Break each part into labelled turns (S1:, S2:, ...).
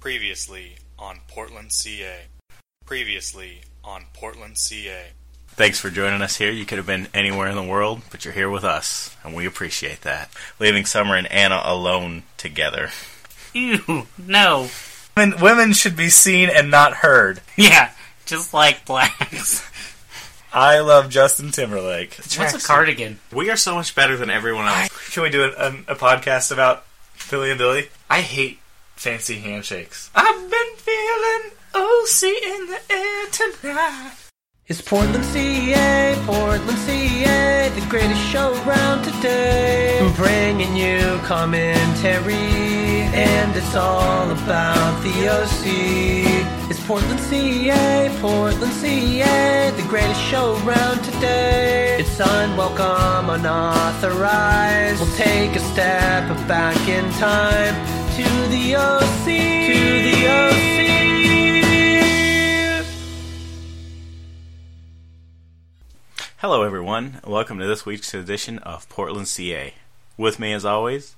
S1: Previously on Portland, CA. Previously on Portland, CA.
S2: Thanks for joining us here. You could have been anywhere in the world, but you're here with us, and we appreciate that. Leaving Summer and Anna alone together.
S3: Ew, no.
S2: Women, women should be seen and not heard.
S3: Yeah, just like blacks.
S2: I love Justin Timberlake.
S3: What's a cardigan?
S2: We are so much better than everyone else. Can we do an, an, a podcast about Philly and Billy? I hate fancy handshakes. I've been feeling OC in the air tonight.
S4: It's Portland, CA, Portland, CA, the greatest show around today. I'm bringing you commentary, and it's all about the OC. It's Portland, CA, Portland, CA, the greatest show around today. It's unwelcome, unauthorized. We'll take a step back in time to the OC, to the OC.
S2: Hello, everyone. Welcome to this week's edition of Portland CA. With me, as always,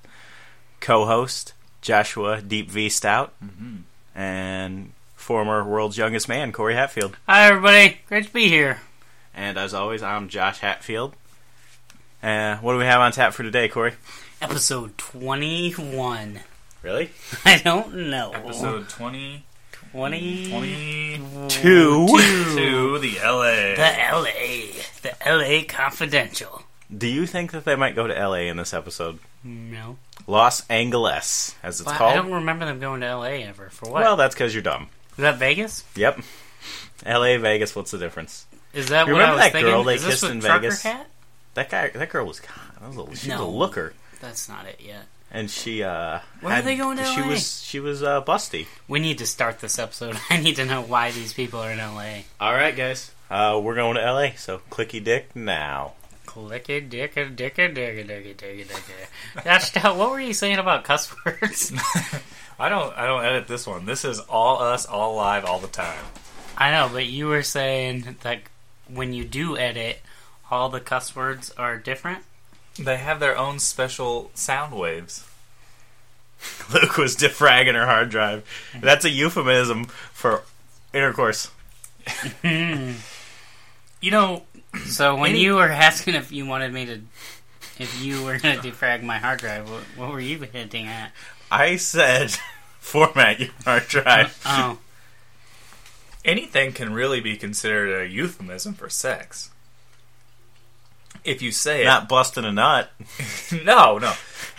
S2: co host Joshua Deep V Stout
S3: Mm-hmm.
S2: and former world's youngest man, Corey Hatfield.
S3: Hi, everybody. Great to be here.
S2: And as always, I'm Josh Hatfield. Uh, what do we have on tap for today, Corey?
S3: Episode 21.
S2: Really?
S3: I don't know.
S5: Episode 20,
S3: 20.
S5: 22,
S2: Two.
S5: the LA.
S3: The LA. The LA Confidential.
S2: Do you think that they might go to LA in this episode?
S3: No.
S2: Los Angeles, as it's
S3: Why- I don't
S2: called.
S3: remember them going to LA ever. For what?
S2: Well, that's because you're dumb.
S3: Is that Vegas?
S2: Yep. LA, Vegas, what's the difference?
S3: Is that
S2: You
S3: what I
S2: remember
S3: was
S2: that
S3: thinking?
S2: girl they
S3: Is this
S2: kissed
S3: with
S2: in
S3: Trucker
S2: Vegas?
S3: Hat?
S2: That guy, that girl was, God, that was a, she was a
S3: No.
S2: looker,
S3: That's not it yet.
S2: and she uh,
S3: Where are
S2: had-
S3: they going to
S2: She
S3: LA?
S2: was, she was uh, busty.
S3: We need to start this episode. I need to know why these people are in LA.
S2: All right, guys, uh, we're going to LA, so clicky dick now.
S3: Clicky dicka dicka dicka dicka dicka dicka. Gosh, Del, what were you saying about cuss words?
S5: I don't I don't edit this one. This is all us, all live, all the time.
S3: I know, but you were saying that when you do edit, all the cuss words are different.
S5: They have their own special sound waves.
S2: Luke was defragging her hard drive. That's a euphemism for intercourse.
S5: You know,
S3: So when
S5: Any-
S3: you were asking if you wanted me to, if you were going to defrag my hard drive, what, what were you hinting at?
S2: I said, format your hard drive.
S3: Oh,
S5: anything can really be considered a euphemism for sex. If you say it,
S2: Not busting a nut.
S5: no, no.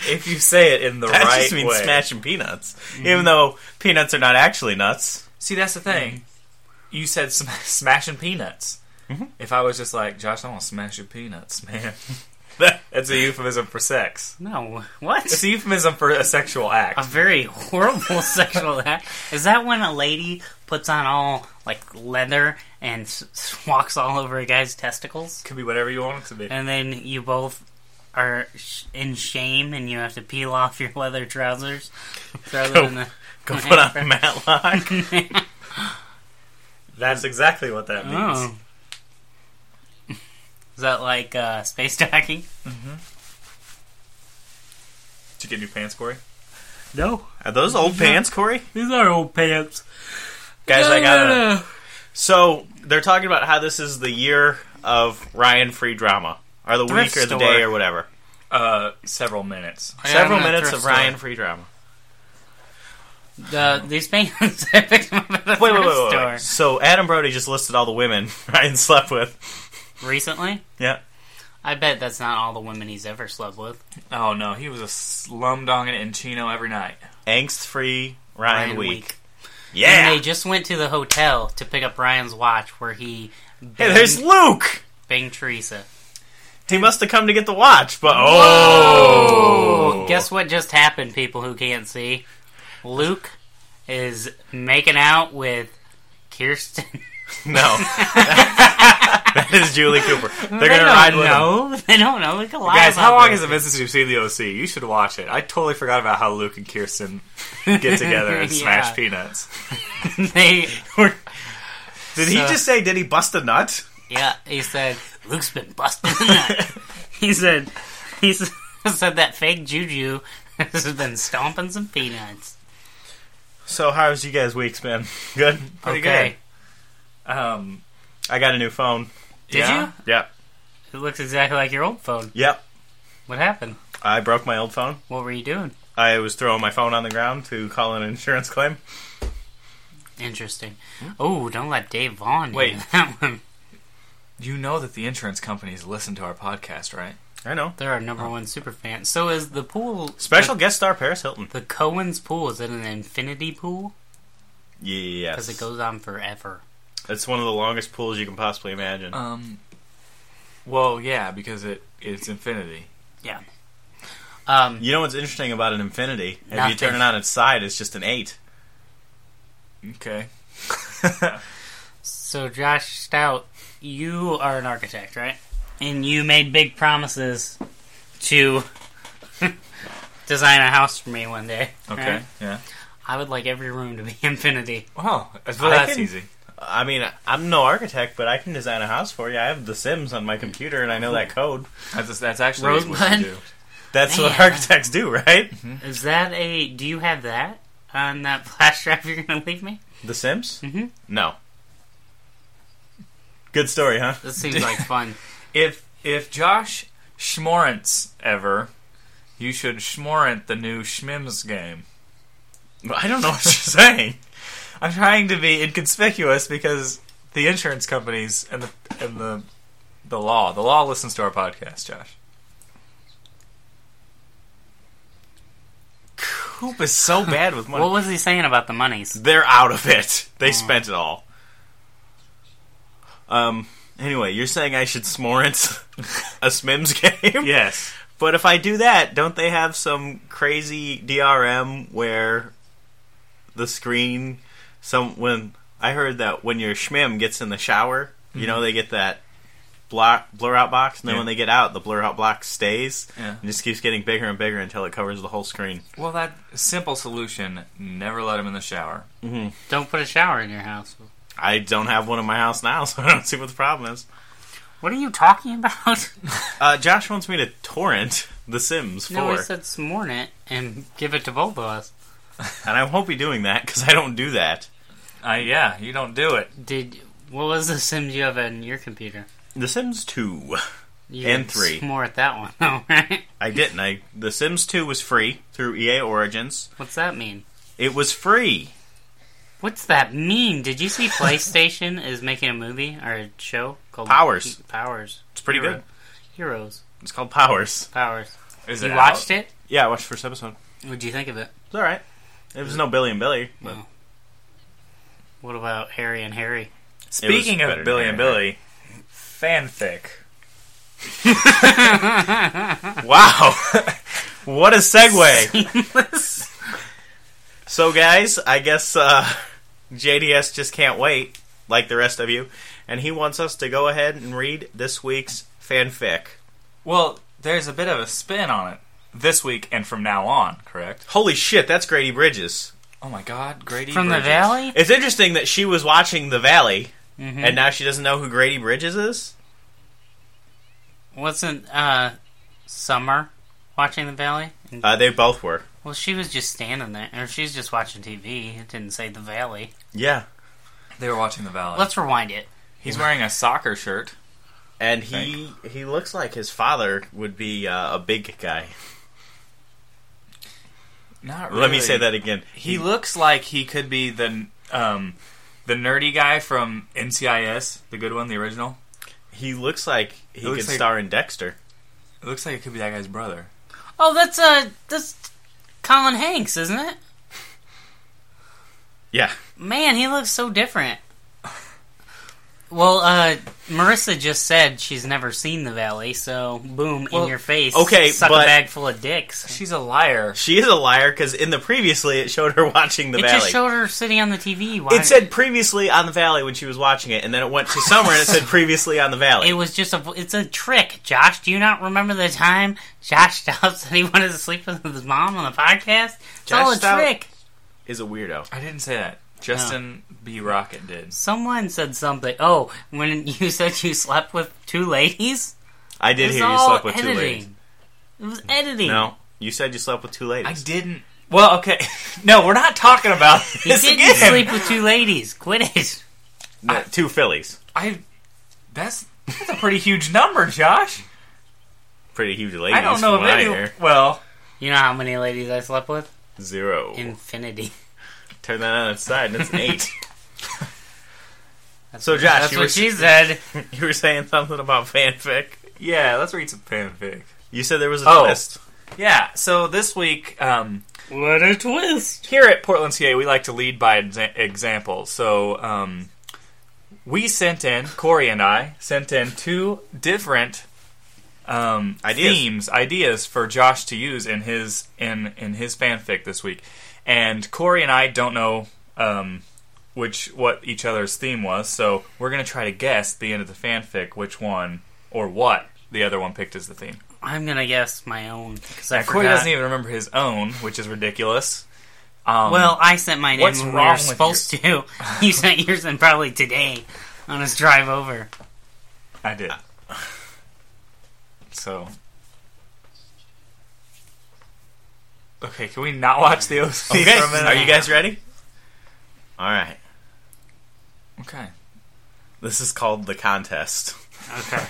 S5: If you say it in the
S2: That
S5: right
S2: just means Mm-hmm.
S5: way,
S2: smashing peanuts. Even though peanuts are not actually nuts.
S5: See, that's the thing. You said sm- smashing peanuts.
S3: Mm-hmm.
S5: If I was just like Josh, I want to smash your peanuts, man. that's a euphemism for sex.
S3: no, what?
S5: It's a euphemism for a sexual
S3: a
S5: act.
S3: very horrible sexual act. Is that when a lady puts on all like leather and s- s- walks all over a guy's testicles,
S5: Could be whatever you want it to be.
S3: and then you both are sh- in shame and you have to peel off your leather trousers, throw them in the
S2: Go put on a matlock.
S5: That's exactly what that means.
S3: Oh. Is that like uh, space docking?
S5: Did you get new pants, Corey?
S3: No,
S2: Are those old pants, Corey?
S3: these are old pants.
S2: Guys, I got to So, they're talking about how this is the year of Ryan free drama. Or the
S3: Thrift
S2: week or
S3: store.
S2: the day or whatever.
S5: Uh, several minutes.
S2: Several minutes of Ryan free drama.
S3: The, these pants I picked them up at the
S2: Wait, wait,
S3: thrift
S2: wait, wait,
S3: store
S2: wait. So, Adam Brody just listed all the women Ryan slept with.
S3: recently.
S2: Yeah.
S3: I bet that's not all the women he's ever slept with.
S5: Oh no, he was a slum donging in Chino every night.
S2: Angst free Ryan,
S3: Ryan
S2: week.
S3: Week.
S2: Yeah.
S3: And they just went to the hotel to pick up Ryan's watch where he
S2: hey,
S3: banged,
S2: there's Luke!
S3: banged Teresa.
S2: He must have come to get the watch, but oh!
S3: Guess what just happened, people who can't see? Luke is making out with Kirsten.
S2: No. that is Julie Cooper. They're
S3: they
S2: gonna
S3: don't
S2: ride with him.
S3: know. They don't know. We can lie
S5: Guys,
S3: about
S5: how long
S3: this.
S5: has it been since you've seen the OC? You should watch it. I totally forgot about how Luke and Kirsten get together and
S3: Yeah.
S5: smash peanuts.
S3: They were,
S2: Did he
S3: So-
S2: just say? Did he bust a nut?
S3: yeah, he said Luke's been busted. in that." he said he s- said that fake juju has been stomping some peanuts.
S2: So how's you guys' weeks been? Good.
S5: Pretty
S3: okay.
S5: good. Um,
S2: I got a new phone.
S3: Did
S5: yeah.
S3: you?
S2: Yep.
S3: It looks exactly like your old phone.
S2: Yep.
S3: What happened?
S2: I broke my old phone.
S3: What were you doing?
S2: I was throwing my phone on the ground to call an insurance claim.
S3: Interesting. Oh, don't let Dave Vaughn
S5: Wait.
S3: hear that one.
S5: You know that the insurance companies listen to our podcast, right?
S2: I know.
S3: They're our number one super fan. So is the pool
S2: Special guest star Paris Hilton.
S3: The, the Cohen's pool is it an infinity pool?
S2: Yes.
S3: Because it goes on forever.
S2: It's one of the longest pools you can possibly imagine.
S5: Um, well, yeah, because it it's infinity.
S3: Yeah. Um.
S2: you know what's interesting about an infinity? If you
S3: Nothing.
S2: turn it on its side, it's just an eight.
S5: Okay.
S3: So Josh Stout, you are an architect, right? And you made big promises to design a house for me one day.
S5: Okay.
S3: right?
S5: Yeah.
S3: I would like every room to be infinity.
S5: Well, that's,
S2: I
S5: that's
S2: can-
S5: easy.
S2: I mean, I'm no architect, but I can design a house for you. I have The Sims on my computer, and I know that code.
S5: That's that's actually what
S3: Rosebud?
S5: you do.
S2: That's what
S3: Man.
S2: architects do, right?
S3: Is that a? Do you have that on that flash drive you're gonna leave me?
S2: The Sims?
S3: Mhm.
S2: No. Good story, huh?
S3: This seems like fun.
S5: If if Josh schmorants ever, you should schmorant the new Schmims game.
S2: I don't know what you're saying.
S5: I'm trying to be inconspicuous because the insurance companies and the and the the law, the law listens to our podcast, Josh.
S2: Coop is so bad with money. Oh.
S3: What was he saying about the monies?
S2: They're out of it. They spent it all. Um. Anyway, you're saying I should smorance a Smims game?
S5: Yes.
S2: But if I do that, don't they have some crazy DRM where the screen some when I heard that when your schmim gets in the shower, you know they get that block blur out box, and then
S5: Yeah.
S2: when they get out, the blur out box stays
S5: Yeah.
S2: and just keeps getting bigger and bigger until it covers the whole screen.
S5: Well, that simple solution: never let him in the shower.
S3: Don't put a shower in your house.
S2: I don't have one in my house now, so I don't see what the problem is.
S3: What are you talking about?
S2: Uh, Josh wants me to torrent The Sims 4,
S3: no, he said smorn it and give it to both of us.
S2: and I won't be doing that because I don't do that.
S5: Uh, yeah, you don't do it.
S3: Did what was the Sims you have on your computer?
S2: The Sims 2.
S3: You
S2: And
S3: didn't
S2: three.
S3: S'more at that one, though, right?
S2: I didn't. I The Sims 2 was free through EA Origins.
S3: What's that mean?
S2: It was free.
S3: What's that mean? Did you see PlayStation is making a movie or a show called
S2: Powers.
S3: Powers.
S2: It's pretty
S3: Hero-
S2: good.
S3: Heroes.
S2: It's called Powers.
S3: Powers.
S5: Is
S3: you
S5: it
S3: watched
S5: out?
S3: it?
S2: Yeah, I watched the first episode.
S3: What'd you think of it?
S2: It's all right. It was no Billy and Billy. But
S3: No. What about Harry and Harry?
S5: Speaking
S2: better
S5: of
S2: than
S5: Billy and Billy, fanfic.
S2: wow, what a segue! so, guys, I guess uh, JDS just can't wait, like the rest of you, and he wants us to go ahead and read this week's fanfic.
S5: Well, there's a bit of a spin on it this week and from now on, correct?
S2: Holy shit, that's Grady Bridges.
S5: Oh my God, Grady
S3: From the
S5: Bridges.
S3: Valley?
S2: It's interesting that she was watching The Valley,
S3: Mm-hmm.
S2: and now she doesn't know who Grady Bridges is.
S3: Wasn't uh Summer watching the Valley? And-
S2: Uh, they both were.
S3: well, she was just standing there, or she's just watching TV. It didn't say the Valley.
S2: Yeah,
S5: They were watching the Valley.
S3: Let's rewind it.
S5: He's wearing a soccer shirt.
S2: And he he looks like his father would be uh, a big guy.
S5: Not
S2: Let me say that again.
S5: He looks like he could be the um, the nerdy guy from NCIS, the good one, the original.
S2: he looks like he
S5: looks
S2: could
S5: like-
S2: star in Dexter.
S5: It looks like it could be that guy's brother.
S3: Oh, that's uh, that's Colin Hanks, isn't it?
S2: Yeah,
S3: Man, he looks so different. Well, uh, Marissa just said she's never seen the valley, so boom
S5: Well,
S3: in your face.
S2: okay,
S3: suck
S2: but-
S3: a bag full of dicks.
S5: She's a liar.
S2: she is a liar because in the previously it showed her watching the
S3: It
S2: Valley.
S3: just showed her sitting on the TV. Why?
S2: it said previously on the Valley when she was watching it, and then it went to summer and it said previously on the Valley.
S3: It was just a. It's a trick, Josh. Do you not remember the time Josh Stout said he wanted to sleep with his mom on the podcast? It's all
S2: Josh
S3: a
S2: Stout-
S3: trick.
S2: Is a weirdo.
S5: I didn't say that. Justin B. Rocket did.
S3: Someone said something. Oh, when you said you slept with two ladies,
S2: I did
S3: it was
S2: hear you
S3: all
S2: slept with
S3: editing.
S2: two ladies.
S3: It was editing.
S2: No, you said you slept with two ladies.
S5: I didn't Well, okay. No, we're not talking about
S3: You
S5: this
S3: didn't
S5: again.
S3: sleep with two ladies. Quit it.
S2: No, two Phillies.
S5: I. That's that's a pretty huge number, Josh.
S2: Pretty huge ladies.
S5: I don't know
S2: from
S5: if
S2: what I
S5: any.
S2: hear.
S5: Well,
S3: You know how many ladies I slept with?
S2: Zero.
S3: Infinity.
S2: Turn that on its side, and it's an eight.
S3: That's
S2: So,
S3: what-
S2: Josh,
S3: that's
S2: you
S3: what
S2: were-
S3: she said.
S2: you were saying something about fanfic.
S5: yeah. Let's read some fanfic.
S2: You said there was a
S5: Oh.
S2: twist.
S5: Yeah. So this week, um,
S3: What a twist!
S5: here at Portland, CA, we like to lead by exa- example. So um, we sent in Corey and I sent in two different um,
S2: Ideas.
S5: themes, ideas for Josh to use in his in in his fanfic this week. And Corey and I don't know um, which what each other's theme was, so we're gonna try to guess at the end of the fanfic which one or what the other one picked as the theme.
S3: I'm gonna guess my own because I
S5: And Corey
S3: forgot.
S5: doesn't even remember his own, which is ridiculous. Um,
S3: Well, I sent mine
S5: What's
S3: in when
S5: wrong
S3: we were
S5: with
S3: supposed to. you sent yours in probably today on his drive over.
S5: I did. So. Okay, can we not watch the OC
S2: Okay,
S5: for a minute?
S2: are you guys ready? All right.
S5: Okay.
S2: This is called the contest.
S3: Okay.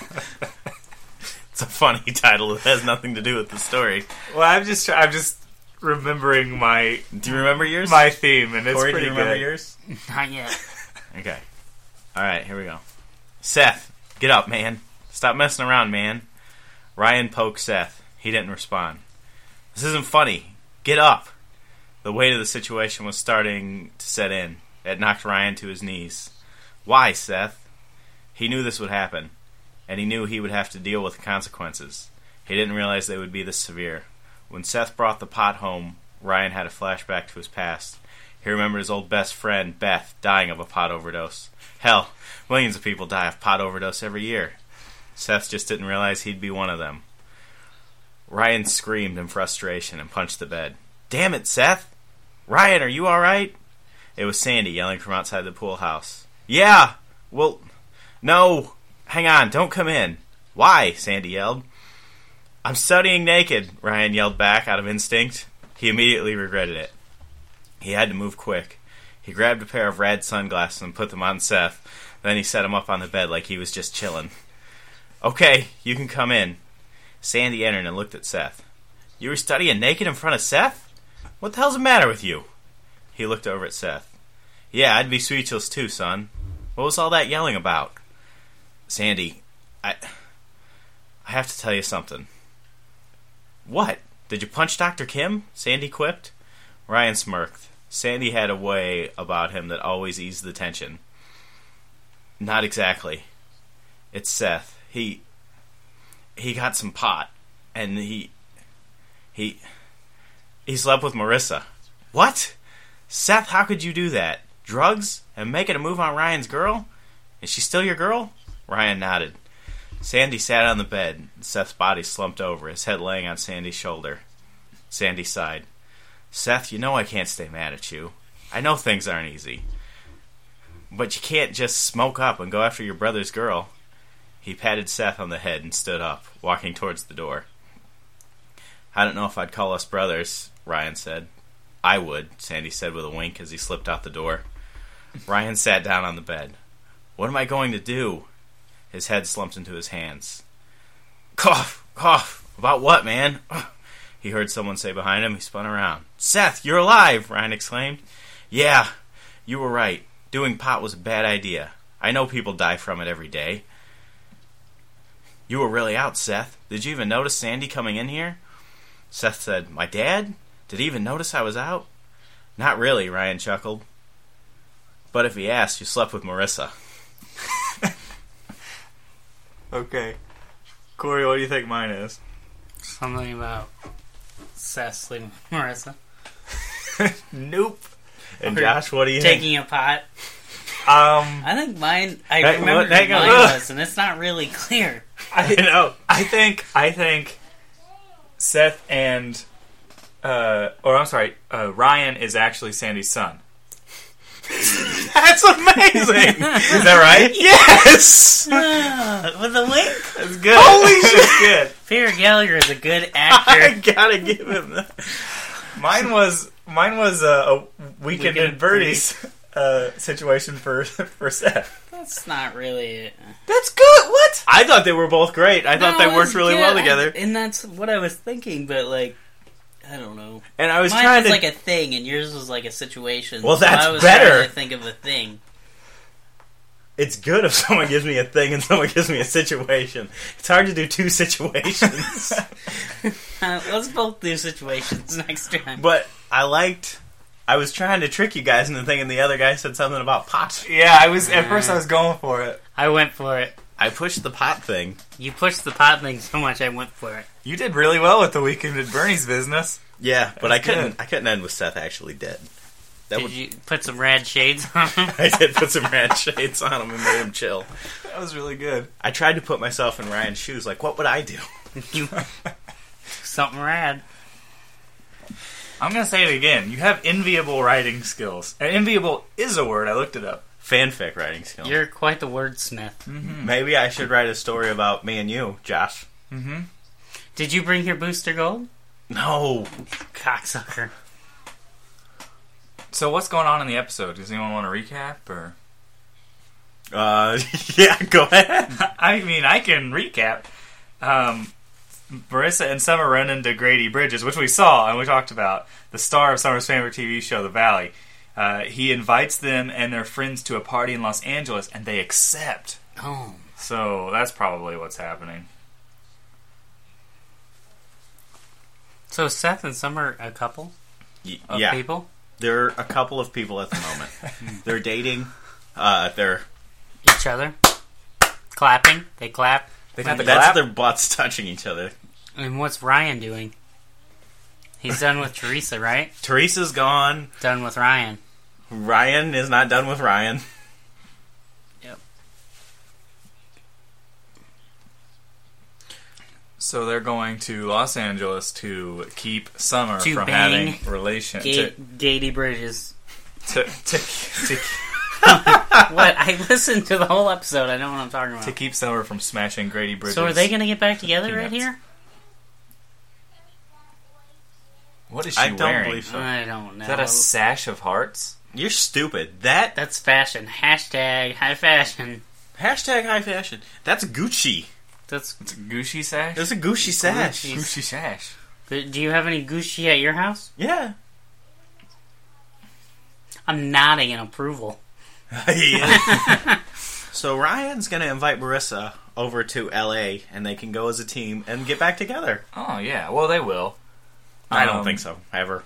S2: It's a funny title. It has nothing to do with the story.
S5: Well, I'm just try- I'm just remembering my
S2: Do you remember yours?
S5: my theme, and it's
S2: Corey, do
S5: pretty
S2: you remember
S5: good.
S2: yours?
S3: Not yet.
S2: Okay. All right, here we go. Seth, get up, man. Stop messing around, man. Ryan poked Seth. He didn't respond. This isn't funny. Get up. The weight of the situation was starting to set in. It knocked Ryan to his knees. Why, Seth? He knew this would happen, and he knew he would have to deal with the consequences. He didn't realize they would be this severe. When Seth brought the pot home, Ryan had a flashback to his past. He remembered his old best friend, Beth, dying of a pot overdose. Hell, millions of people die of pot overdose every year. Seth just didn't realize he'd be one of them. Ryan screamed in frustration and punched the bed. Damn it, Seth! Ryan, are you alright? It was Sandy yelling from outside the pool house. Yeah! Well, no! Hang on, don't come in! Why? Sandy yelled. I'm studying naked, Ryan yelled back out of instinct. He immediately regretted it. He had to move quick. He grabbed a pair of rad sunglasses and put them on Seth. Then he set him up on the bed like he was just chilling. Okay, you can come in. Sandy entered and looked at Seth. You were studying naked in front of Seth? What the hell's the matter with you? He looked over at Seth. Yeah, I'd be speechless too, son. What was all that yelling about? Sandy, I. I have to tell you something. What? Did you punch Dr. Kim? Sandy quipped. Ryan smirked. Sandy had a way about him that always eased the tension. Not exactly. It's Seth. He he got some pot and he he he slept with Marissa. What? Seth, how could you do that? Drugs and making a move on Ryan's girl? Is she still your girl? Ryan nodded. Sandy sat on the bed. Seth's body slumped over, his head laying on Sandy's shoulder. Sandy sighed. Seth, you know I can't stay mad at you. I know things aren't easy. But you can't just smoke up and go after your brother's girl. He patted Seth on the head and stood up, walking towards the door. I don't know if I'd call us brothers, Ryan said. I would, Sandy said with a wink as he slipped out the door. Ryan sat down on the bed. What am I going to do? His head slumped into his hands. Cough, cough. About what, man? He heard someone say behind him. He spun around. Seth, you're alive! Ryan exclaimed. Yeah, you were right. Doing pot was a bad idea. I know people die from it every day. You were really out, Seth. Did you even notice Sandy coming in here? Seth said, My dad? Did he even notice I was out? Not really, Ryan chuckled. But if he asked, you slept with Marissa.
S5: Okay. Corey, what do you think mine is?
S3: Something about Seth sleeping with Marissa.
S5: Nope.
S2: And Josh, what do you think?
S3: Taking a pot.
S5: Um,
S3: I think mine. I
S2: Hey,
S3: remember
S2: look, hang
S3: what
S2: on.
S3: mine was, and it's not really clear.
S5: I
S2: know.
S5: I think I think Seth and uh, or I'm sorry, uh, Ryan is actually Sandy's son.
S2: That's amazing! Is that right?
S5: Yes,
S3: Ah, With a link.
S2: That's good.
S5: holy shit!
S3: Peter Gallagher is a good actor.
S2: I gotta give him that.
S5: Mine was mine was uh, a, a weekend
S3: Weekend
S5: at Bertie's uh, situation for for Seth.
S3: That's not really it.
S5: That's good. What?
S2: I thought they were both great. I thought
S3: No,
S2: they worked
S3: it's
S2: really
S3: good.
S2: well together.
S3: I- and that's what I was thinking, but like, I don't know.
S2: and I was
S3: Mine
S2: trying
S3: was
S2: to.
S3: like a thing, and yours was like a situation.
S2: Well,
S3: so
S2: that's
S3: I was
S2: better.
S3: trying to think of a thing.
S2: it's good if someone gives me a thing and someone gives me a situation. It's hard to do two situations.
S3: Uh, let's both do situations next time.
S2: but I liked. I was trying to trick you guys into thinking the other guy said something about pot.
S5: Yeah, I was at first. I was going for it.
S3: I went for it.
S2: I pushed the pot thing.
S3: You pushed the pot thing so much, I went for it.
S5: You did really well with the weekend at Bernie's business.
S2: Yeah, but I
S5: That's
S2: couldn't.
S5: good.
S2: I couldn't end with Seth actually dead. That
S3: Did
S2: would.
S3: you put some red shades on?
S2: I did put some rat shades on him and made him chill.
S5: That was really good.
S2: I tried to put myself in Ryan's shoes. Like, what would I do?
S3: you something rad.
S5: I'm gonna say it again. You have enviable writing skills. And enviable is a word. I looked it up.
S2: Fanfic writing skill.
S3: You're quite the wordsmith.
S2: Maybe I should write a story about me and you, Josh.
S3: Did you bring your booster gold?
S2: No.
S3: Cocksucker.
S5: So what's going on in the episode? Does anyone want to recap or?
S2: Uh, yeah, go ahead.
S5: I mean, I can recap. Um, Marissa and Summer run into Grady Bridges, which we saw and we talked about, the star of Summer's favorite TV show, The Valley. Uh, he invites them and their friends to a party in Los Angeles, and they accept.
S3: Oh.
S5: So that's probably what's happening.
S3: So Seth and Summer are a couple
S2: Y-
S3: of
S2: yeah,
S3: people?
S2: there are a couple of people at the moment. they're dating. Uh, they're
S3: Each other? Clapping? They clap?
S5: They
S2: that's their butts touching each other.
S3: And what's Ryan doing? He's done with Teresa, right?
S2: Teresa's gone.
S3: Done with Ryan.
S2: Ryan is not done with Ryan.
S5: so they're going to Los Angeles to keep Summer
S3: To
S5: from
S3: bang
S5: having relations. To,
S3: Ga- Gady Bridges.
S5: to, to, to,
S3: what? I listened to the whole episode. I know what I'm talking
S5: to
S3: about.
S5: keep Summer from smashing Grady Bridges.
S3: So are they going to get back together right
S5: Peanuts.
S3: here?
S5: What is she
S2: I don't
S5: wearing?
S2: believe so.
S3: I don't know.
S5: Is that a sash of hearts?
S2: You're stupid. That
S3: That's fashion. Hashtag high fashion.
S2: hashtag high fashion. That's Gucci.
S3: That's.
S5: It's a Gucci sash.
S2: There's a Gucci sash.
S3: Gucci.
S5: Gucci sash.
S3: Do you have any Gucci at your house?
S2: Yeah.
S3: I'm nodding in approval.
S2: Yeah. so Ryan's gonna invite Marissa over to LA, and they can go as a team and get back together.
S5: Oh yeah. Well, they will.
S2: I don't
S5: Um,
S2: think so ever.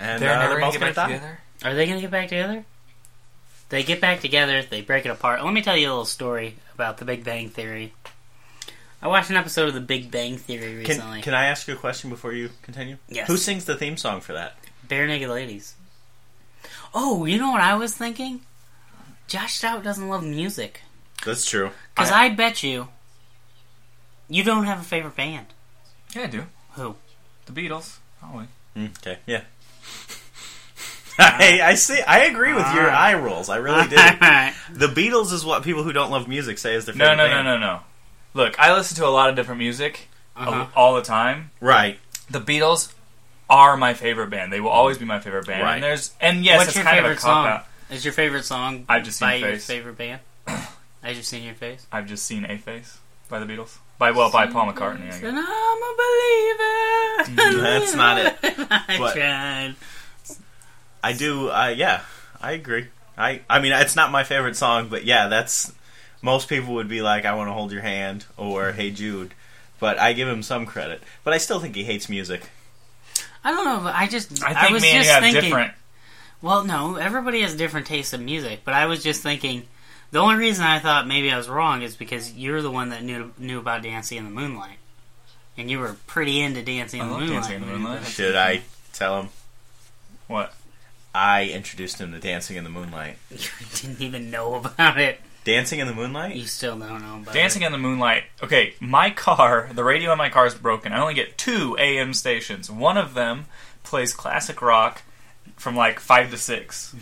S2: And
S5: They're
S2: uh,
S5: never
S2: they're
S5: gonna
S2: both
S5: get
S2: gonna
S5: back
S2: die.
S5: together.
S3: Are they going to get back together? They get back together, they break it apart. Let me tell you a little story about the Big Bang Theory. I watched an episode of the Big Bang Theory recently.
S2: Can, can I ask you a question before you continue?
S3: Yes.
S2: Who sings the theme song for that?
S3: Bare Naked Ladies. Oh, you know what I was thinking? Josh Stout doesn't love music.
S2: That's true.
S3: Because I bet you, you don't have a favorite band.
S5: Yeah, I do.
S3: Who?
S5: The Beatles. Probably.
S2: Okay. Yeah. I, I see. I agree with your
S3: Ah.
S2: eye rolls. I really do.
S3: Alright.
S2: the Beatles is what people who don't love music say is their
S5: No,
S2: favorite
S5: no, no,
S2: band.
S5: no, no. Look, I listen to a lot of different music a-
S3: Uh-huh.
S5: all the time.
S2: Right.
S5: The Beatles are my favorite band. They will always be my favorite band.
S2: Right.
S5: And there's and yes,
S3: What's
S5: it's
S3: your
S5: kind of a
S3: favorite
S5: cop
S3: song?
S5: out.
S3: Is your favorite song
S5: I've Just Seen
S3: by
S5: Your
S3: your
S5: Face.
S3: favorite band? I've just seen your face.
S5: I've just seen A Face by the Beatles. By well, by Paul McCartney. I guess.
S3: And I'm a believer.
S5: Mm,
S2: That's not it.
S3: I
S2: But-
S3: tried.
S2: I do. Uh, yeah, I agree. I I mean, it's not my favorite song, but yeah, that's most people would be like, "I want to hold your hand" or "Hey Jude," but I give him some credit. But I still think he hates music.
S3: I don't know. But I just.
S5: I think
S3: was
S5: me and
S3: just
S5: you have
S3: thinking,
S5: different.
S3: Well, no, everybody has different tastes in music, but I was just thinking. The only reason I thought maybe I was wrong is because you're the one that knew knew about Dancing in the Moonlight, and you were pretty into Dancing
S5: I
S3: in the
S5: love
S3: Moonlight.
S5: Dancing in the Moonlight.
S2: Should I tell him?
S5: What?
S2: I introduced him to Dancing in the Moonlight.
S3: You didn't even know about it.
S2: Dancing in the Moonlight?
S3: You still don't know about
S5: Dancing
S3: it.
S5: in the Moonlight. Okay, my car, the radio in my car is broken. I only get two AM stations. One of them plays classic rock from like five to six.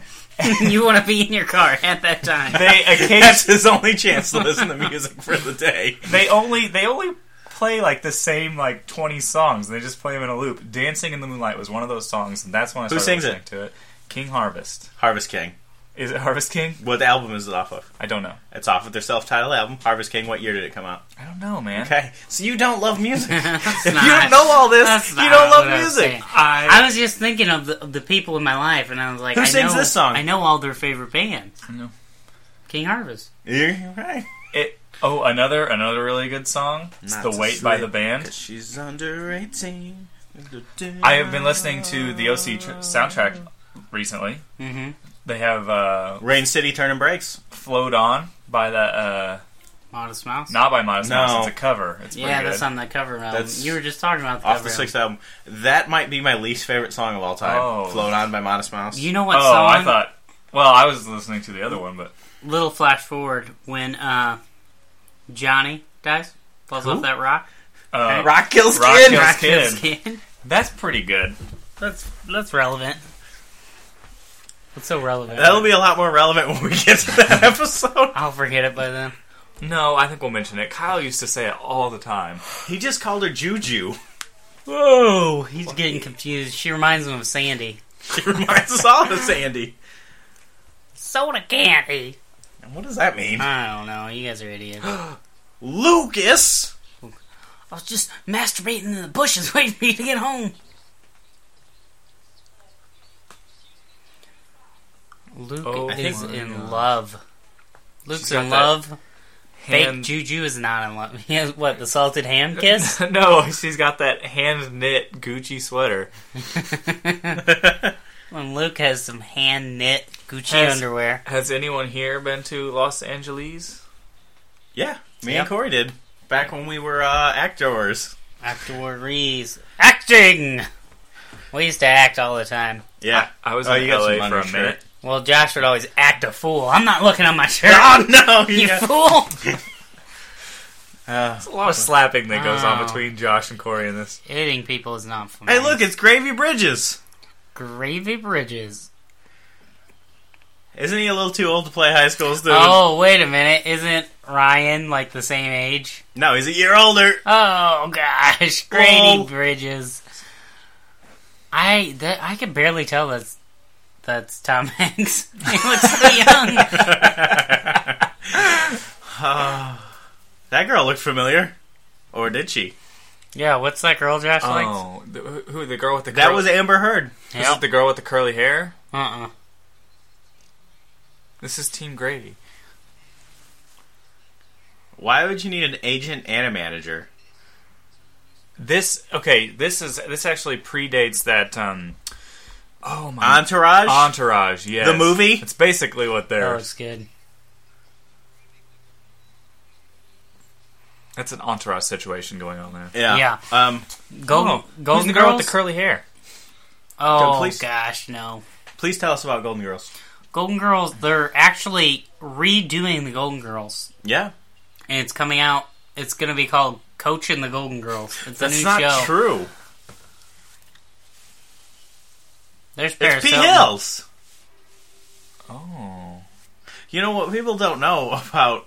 S3: you want to be in your car at that time.
S5: They
S2: That's
S5: occasion-
S2: his only chance to listen to music for the day.
S5: they only they only play like the same like twenty songs, and they just play them in a loop. Dancing in the Moonlight was one of those songs, and that's when I
S2: Who
S5: started
S2: sings
S5: listening
S2: it?
S5: to it. King Harvest.
S2: Harvest King.
S5: Is it Harvest King?
S2: What album is it off of?
S5: I don't know.
S2: It's off of their self-titled album, Harvest King. What year did it come out?
S5: I don't know, man.
S2: Okay, so you don't love music.
S3: That's
S2: if you
S3: not-
S2: don't know all this,
S3: that's
S2: you
S3: not
S2: don't love
S3: what I was
S2: music.
S3: saying.
S5: I,
S3: I was just thinking of the, of the people in my life, and I was like,
S2: Who
S3: I
S2: sings
S3: know,
S2: this song?
S3: I know all their favorite bands.
S5: know.
S3: King Harvest.
S2: You're right.
S5: it, oh another another really good song. It's
S2: Not
S5: the
S2: to
S5: Wait by
S2: sleep,
S5: the band.
S2: 'cause she's under 18.
S5: I have been listening to the OC tr- soundtrack recently.
S3: hmm
S5: They have uh,
S2: Rain City Turning Breaks.
S5: "Float On" by the uh,
S3: Modest Mouse.
S5: not by Modest
S2: No.
S5: Mouse. It's a cover. It's pretty
S3: yeah,
S5: good.
S3: that's on the cover album.
S2: That's
S3: you were just talking about the
S2: Off
S3: cover
S2: the
S3: album.
S2: sixth album. That might be my least favorite song of all time.
S5: Oh.
S2: Float On by Modest Mouse.
S3: You know what
S5: oh,
S3: song?
S5: I thought. Well, I was listening to the other one, but
S3: Little flash forward when uh, Johnny dies, falls off that rock.
S5: uh,
S2: Rock Kills
S5: Rock
S2: Kid.
S5: Kills-
S3: Rock his
S5: Kid.
S3: skin.
S5: that's pretty good.
S3: That's that's relevant. That's so relevant.
S2: That'll be a lot more relevant when we get to that episode.
S3: I'll forget it by then.
S5: No, I think we'll mention it. Kyle used to say it all the time.
S2: He just called her Juju.
S3: Whoa, he's getting confused. She reminds him of Sandy.
S2: She reminds us all of Sandy.
S3: Soda candy.
S2: And what does that mean?
S3: I don't know. You guys are idiots. I
S2: Lucas!
S3: was just masturbating in the bushes, waiting for you to get home. Luke
S5: Oh
S3: is
S5: my
S3: in
S5: God.
S3: love. Luke's
S5: got
S3: in
S5: that
S3: love. Fake
S5: Hand-
S3: Juju is not in love. He has what the salted ham kiss.
S5: no, she's got that hand knit Gucci sweater.
S3: When Luke has some hand knit Gucci
S5: Has-
S3: underwear.
S5: Has anyone here been to Los Angeles?
S2: Yeah, me
S3: Yep.
S2: and Corey did. Back when we were uh, actors.
S3: Actors acting. We used to act all the time.
S2: Yeah.
S5: I was
S2: Oh,
S5: in
S2: you got some
S5: LA
S2: on
S5: for
S2: your
S5: a minute.
S3: Well, Josh would always act a fool. I'm not looking on my shirt.
S2: Oh no!
S3: you
S2: You got-
S3: fool!
S2: Uh, Oh,
S5: There's a lot of slapping that goes on
S3: Wow.
S5: between Josh and Corey in this.
S3: Hitting people is not for me.
S2: hey, look, it's Gravy Bridges.
S3: Gravy Bridges.
S2: Isn't he a little too old to play high school student?
S3: Oh, wait a minute. Isn't Ryan like the same age?
S2: No, he's a year older.
S3: Oh gosh, Grady
S2: Oh.
S3: Bridges. I that I could barely tell that's that's Tom Hanks. he looks so young.
S2: Ah. That girl looked familiar. Or did she?
S3: Yeah, what's that girl Josh likes?
S5: Oh, the, who the girl with the curly,
S2: That was Amber Heard.
S5: this is the girl with the curly hair.
S3: Uh uh
S5: This is Team Grady.
S2: Why would you need an agent and a manager?
S5: This okay. This is this actually predates that. um Oh my
S2: Mm. Entourage?
S5: Entourage, yes.
S2: The movie?
S5: It's basically what
S3: That
S5: they're.
S3: looks good.
S5: That's an entourage situation going on there.
S2: yeah. Um,
S3: Golden,
S5: Oh,
S3: Golden
S5: who's the
S3: Girls.
S5: girl with the curly hair?
S3: oh
S2: Please.
S3: gosh, no.
S2: please tell us about Golden Girls.
S3: Golden Girls. They're actually redoing the Golden Girls,
S2: Yeah.
S3: and it's coming out. It's going to be called Coaching the Golden Girls. It's a
S2: That's
S3: new
S2: not
S3: show.
S2: true.
S3: There's Paris
S2: It's Pete
S3: Hilton.
S2: Hills.
S5: Oh,
S2: You know what people don't know about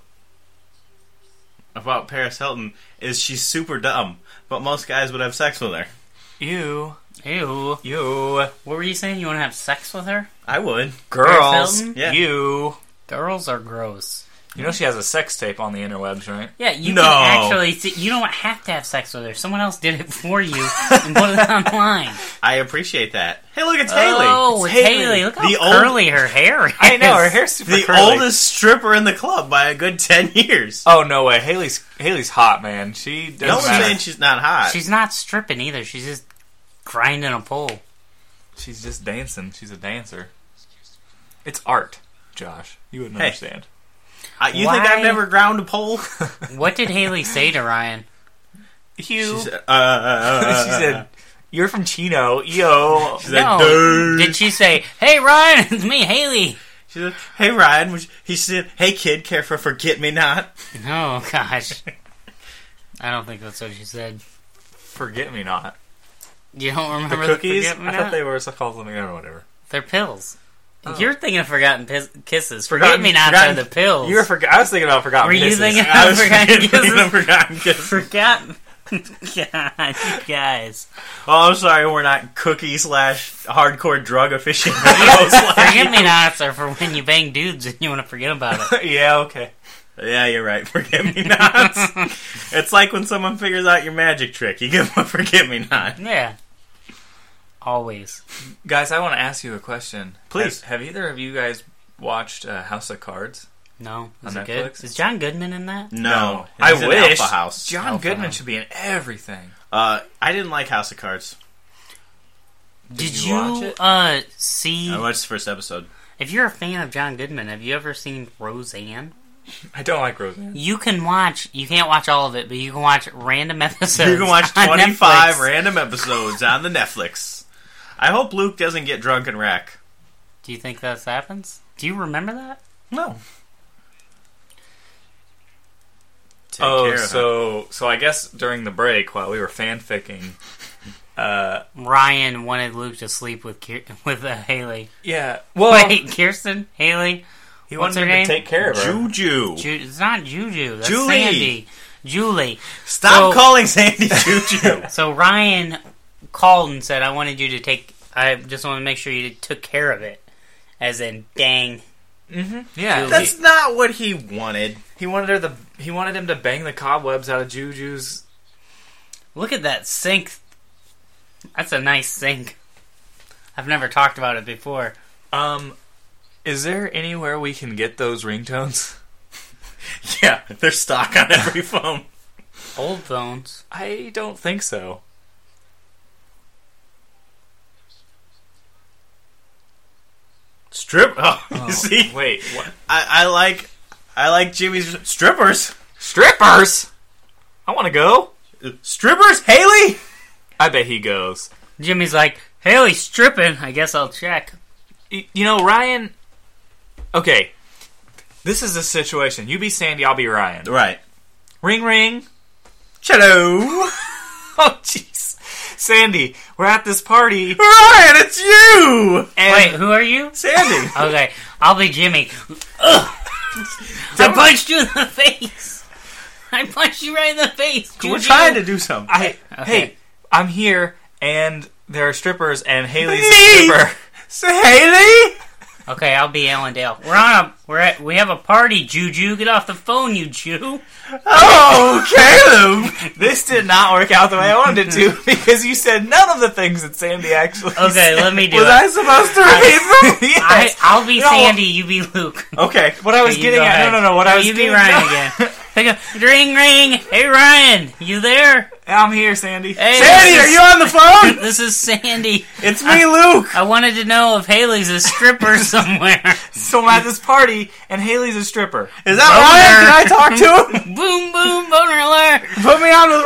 S2: about Paris Hilton is she's super dumb, but most guys would have sex with her.
S5: you,
S3: Ew.
S5: you,
S3: What were you saying? You want to have sex with her?
S2: I would.
S5: girls,
S3: Hilton?
S2: Yeah.
S5: you.
S3: Girls are gross.
S5: You know she has a sex tape on the interwebs, right?
S3: Yeah, you
S2: No.
S3: can actually. See, you don't have to have sex with her. Someone else did it for you and put it online.
S2: I appreciate that. Hey, look, it's Haley.
S3: Oh,
S2: It's
S3: it's Haley. Look how
S2: The old-
S3: curly her hair is.
S5: I know her hair's super
S2: the
S5: curly.
S2: oldest stripper in the club by a good ten years.
S5: Oh no way, Haley's Haley's hot, man. She doesn't
S2: no one's
S5: matter.
S2: saying she's not hot.
S3: She's not stripping either. She's just grinding a pole.
S5: She's just dancing. She's a dancer. It's art, Josh. You wouldn't
S2: Hey.
S5: understand.
S2: Uh, you think
S3: Why?
S2: I've never ground a pole?
S3: What did Haley say to Ryan?
S5: You.
S2: She said, uh, uh,
S5: she said, "You're from Chino, yo."
S2: she said,
S3: No.
S2: "Dude."
S3: Did she say, "Hey Ryan, it's me, Haley"?
S2: She said, "Hey Ryan," which he said, "Hey kid, care for forget me not?"
S3: Oh gosh, I don't think that's what she said.
S5: Forget me not.
S3: You don't
S5: The
S3: remember the,
S5: cookies.
S3: forget me
S5: I thought
S3: not?
S5: they were called something or whatever.
S3: They're pills. You're thinking of forgotten pis- kisses.
S5: Forgotten-
S3: forget me not
S5: forgotten-
S3: are the pills.
S5: You were forgot. I was thinking about forgotten.
S3: Were you
S5: Kisses.
S3: thinking-
S2: I was
S3: Forgotten
S2: forgetting
S3: kisses.
S2: the forgotten kisses.
S3: forgotten. God, you guys.
S2: Oh, I'm sorry, we're not cookie slash hardcore drug aficionados. slash-
S3: Forgive me nots are for when you bang dudes and you want to forget about it.
S2: yeah, okay. Yeah, you're right. Forgive me nots. it's like when someone figures out your magic trick. You give them a forgive me not.
S3: Yeah. Always.
S5: Guys, I want to ask you a question.
S2: Please.
S5: Have, have either of you guys watched uh, House of Cards?
S3: No. Is
S5: On
S3: it good?
S5: Netflix?
S3: Is John Goodman in that?
S2: No,
S5: I
S2: It's an
S5: wish.
S2: Alpha House.
S5: John
S3: Alpha
S5: Goodman
S3: House.
S5: should be in everything.
S2: Uh, I didn't like House of Cards.
S3: Did,
S5: you
S3: you,
S5: watch it?
S3: uh see
S2: I watched the first episode.
S3: if you're a fan of John Goodman, have you ever seen Roseanne?
S5: I don't like Roseanne.
S3: You can watch you can't watch all of it, but you can watch random episodes.
S2: You can watch
S3: on
S2: 25
S3: Netflix.
S2: random episodes on the Netflix. I hope Luke doesn't get drunk and wreck.
S3: Do you think that happens? Do you remember that?
S2: No. Take
S5: Oh,
S2: care of him.
S5: so so I guess during the break while we were fanficking, uh,
S3: Ryan wanted Luke to sleep with Kier- with uh, Haley.
S5: yeah. Well,
S3: Wait, Kirsten, Haley.
S5: he
S3: what's
S5: wanted
S3: her
S5: him
S3: name?
S5: to take care of her.
S2: Juju.
S3: Ju- it's not Juju. That's
S2: Julie.
S3: Sandy. Julie.
S2: Stop
S3: So-
S2: calling Sandy Juju.
S3: So Ryan called and said, "I wanted you to take. I just want to make sure you took care of it." As in, dang.
S5: Yeah,
S3: Julie.
S2: That's not what he wanted.
S5: he wanted her the he wanted him to bang the cobwebs out of Juju's.
S3: Look at that sink. That's a nice sink. I've never talked about it before.
S5: Um, is there anywhere we can get those ringtones?
S2: Yeah, they're stock on every phone.
S3: Old phones.
S5: I don't think so.
S2: Strip. Oh, you see,
S5: Wait, what?
S2: I, I like, I like Jimmy's strippers.
S5: Strippers? I want to go.
S2: Strippers, Haley.
S5: I bet he goes.
S3: Jimmy's like, Haley's stripping. I guess I'll check.
S5: Y- You know, Ryan. Okay, this is the situation. You be Sandy, I'll be Ryan.
S2: Right.
S5: Ring, ring.
S2: Hello,
S5: Oh, jeez. Sandy, we're at this party.
S2: Ryan. It's you,
S5: And
S3: Wait, who are you?
S2: Sandy.
S3: Okay, I'll be Jimmy. Ugh. I punched you in the face. I punched you right in the face.
S2: We're
S3: Juju.
S2: trying to do something.
S5: I hey,
S3: Okay.
S5: I'm here, and there are strippers, and Haley's a
S2: Me?
S5: stripper.
S2: Say, Haley.
S3: Okay, I'll be Allendale. We're on a we're at we have a party, Juju. Get off the phone, you Jew.
S2: Oh, Caleb.
S5: This did not work out the way I wanted it to because you said none of the things that Sandy actually.
S3: Okay,
S5: said.
S3: let me do
S2: Was
S3: it.
S2: I supposed to read them?
S3: I, I'll be
S5: No.
S3: Sandy, you be Luke.
S2: Okay.
S5: What I was
S3: You
S5: getting
S3: go
S5: at?
S3: ahead.
S5: No, no, no. What I was
S3: you be
S5: getting
S3: Ryan
S5: no.
S3: again. Pick up, ring, ring. Hey, Ryan, you there?
S5: I'm here, Sandy.
S3: Hey,
S2: Sandy, are
S3: this
S2: you on the
S3: is-
S2: phone?
S3: This is Sandy.
S2: It's me, Luke.
S3: I wanted to know if Haley's a stripper somewhere.
S5: So I'm at this party, and Haley's a stripper.
S2: Is that Ryan? Can I talk to him?
S3: boom, boom, boner alert.
S2: Put me on with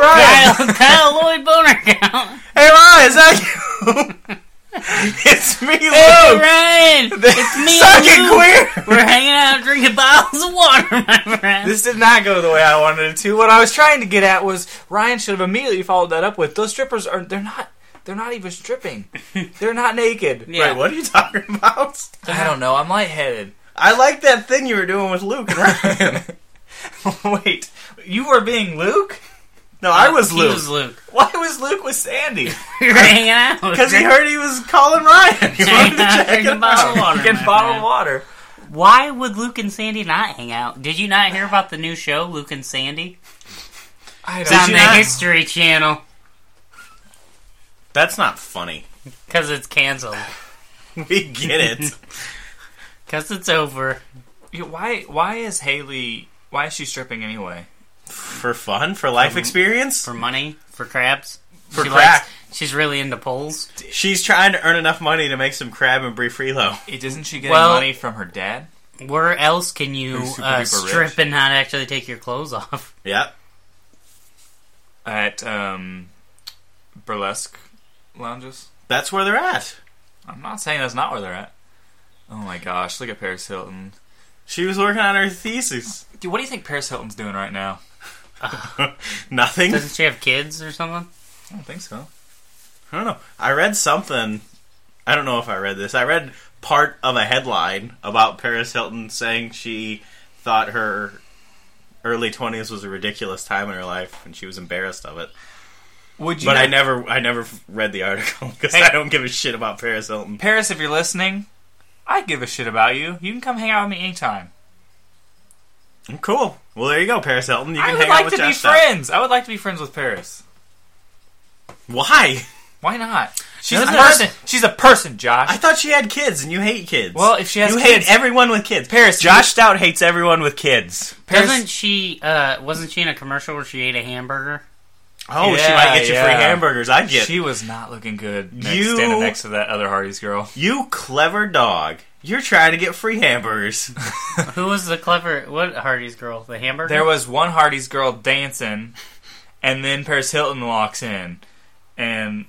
S3: Kyle,
S2: Ryan.
S3: Kyle Lloyd boner count.
S2: Hey, Ryan, is that you? it's
S3: Hey,
S2: me, Luke.
S3: Ryan, it's me.
S2: Oh. Suck
S3: and
S2: it,
S3: Luke.
S2: queer.
S3: We're hanging out drinking bottles of water, my friend.
S5: This did not go the way I wanted it to. What I was trying to get at was Ryan should have immediately followed that up with those strippers are they're not they're not even stripping. They're not naked.
S3: Yeah.
S2: Wait, what are you talking about?
S5: I don't know. I'm lightheaded.
S2: I like that thing you were doing with Luke and Ryan.
S5: Wait, you were being Luke?
S2: No, I was
S3: he
S2: Luke.
S3: was Luke.
S5: Why was Luke with Sandy?
S3: We We're hanging out
S2: Because he heard he was calling Ryan. He wanted to
S3: Hanging out
S2: check
S3: drinking
S2: him
S3: bottles
S2: out.
S3: of water.
S5: Get
S3: my
S5: bottled
S3: friend.
S5: water.
S3: Why would Luke and Sandy not hang out? Did you not hear about the new show, Luke and Sandy?
S5: I
S3: It's on
S5: you
S3: the
S5: not-
S3: History Channel
S2: That's not funny.
S3: because it's canceled.
S2: We get it.
S3: Because it's over.
S5: Yeah, Why? Why is Haley? Why is she stripping anyway?
S2: for fun, Um, for life experience.
S3: For money, for crabs.
S2: For
S3: she
S2: crack.
S3: Likes, she's really into polls.
S2: She's trying to earn enough money to make some crab and brie frilo.
S5: It, isn't she getting
S3: Well-
S5: money from her dad?
S3: Where else can you
S5: Who's super
S3: uh,
S5: duper rich?
S3: strip and not actually take your clothes off?
S2: Yep.
S5: At um, burlesque lounges.
S2: That's where they're at.
S5: I'm not saying that's not where they're at. Oh my gosh! Look at Paris Hilton.
S2: She was working on her thesis.
S5: Dude, what do you think Paris Hilton's doing right now?
S2: Nothing.
S3: Doesn't she have kids or something?
S5: I don't think so.
S2: I don't know. I read something. I don't know if I read this. I read part of a headline about Paris Hilton saying she thought her early 20s was a ridiculous time in her life and she was embarrassed of it.
S5: Would you?
S2: But I
S5: know
S2: never I never read the article because
S5: Hey.
S2: I don't give a shit about Paris Hilton.
S5: Paris, if you're listening, I give a shit about you. You can come hang out with me anytime.
S2: Cool. Well, there you go, Paris Hilton. You can
S5: I would
S2: hang
S5: like
S2: out
S5: to
S2: with
S5: be
S2: Josh Stout.
S5: friends. I would like to be friends with Paris.
S2: Why?
S5: Why not? She's
S2: No,
S5: a
S2: no, no.
S5: person. She's a person, Josh.
S2: I thought she had kids and you hate kids.
S5: well, if she has
S2: you
S5: kids,
S2: hate everyone with kids.
S5: Paris,
S2: Josh Stout hates everyone with kids.
S5: Paris,
S3: Doesn't she? Uh, wasn't she in a commercial where she ate a hamburger?
S2: Oh, she
S5: Yeah,
S2: might get you free
S5: yeah.
S2: hamburgers. I get
S5: she was not looking good. Next,
S2: You-
S5: standing next to that other Hardy's girl.
S2: you, clever dog. You're trying to get free hamburgers.
S3: Who was the clever? What Hardy's girl? The hamburger.
S5: There was one Hardy's girl dancing, and then Paris Hilton walks in, and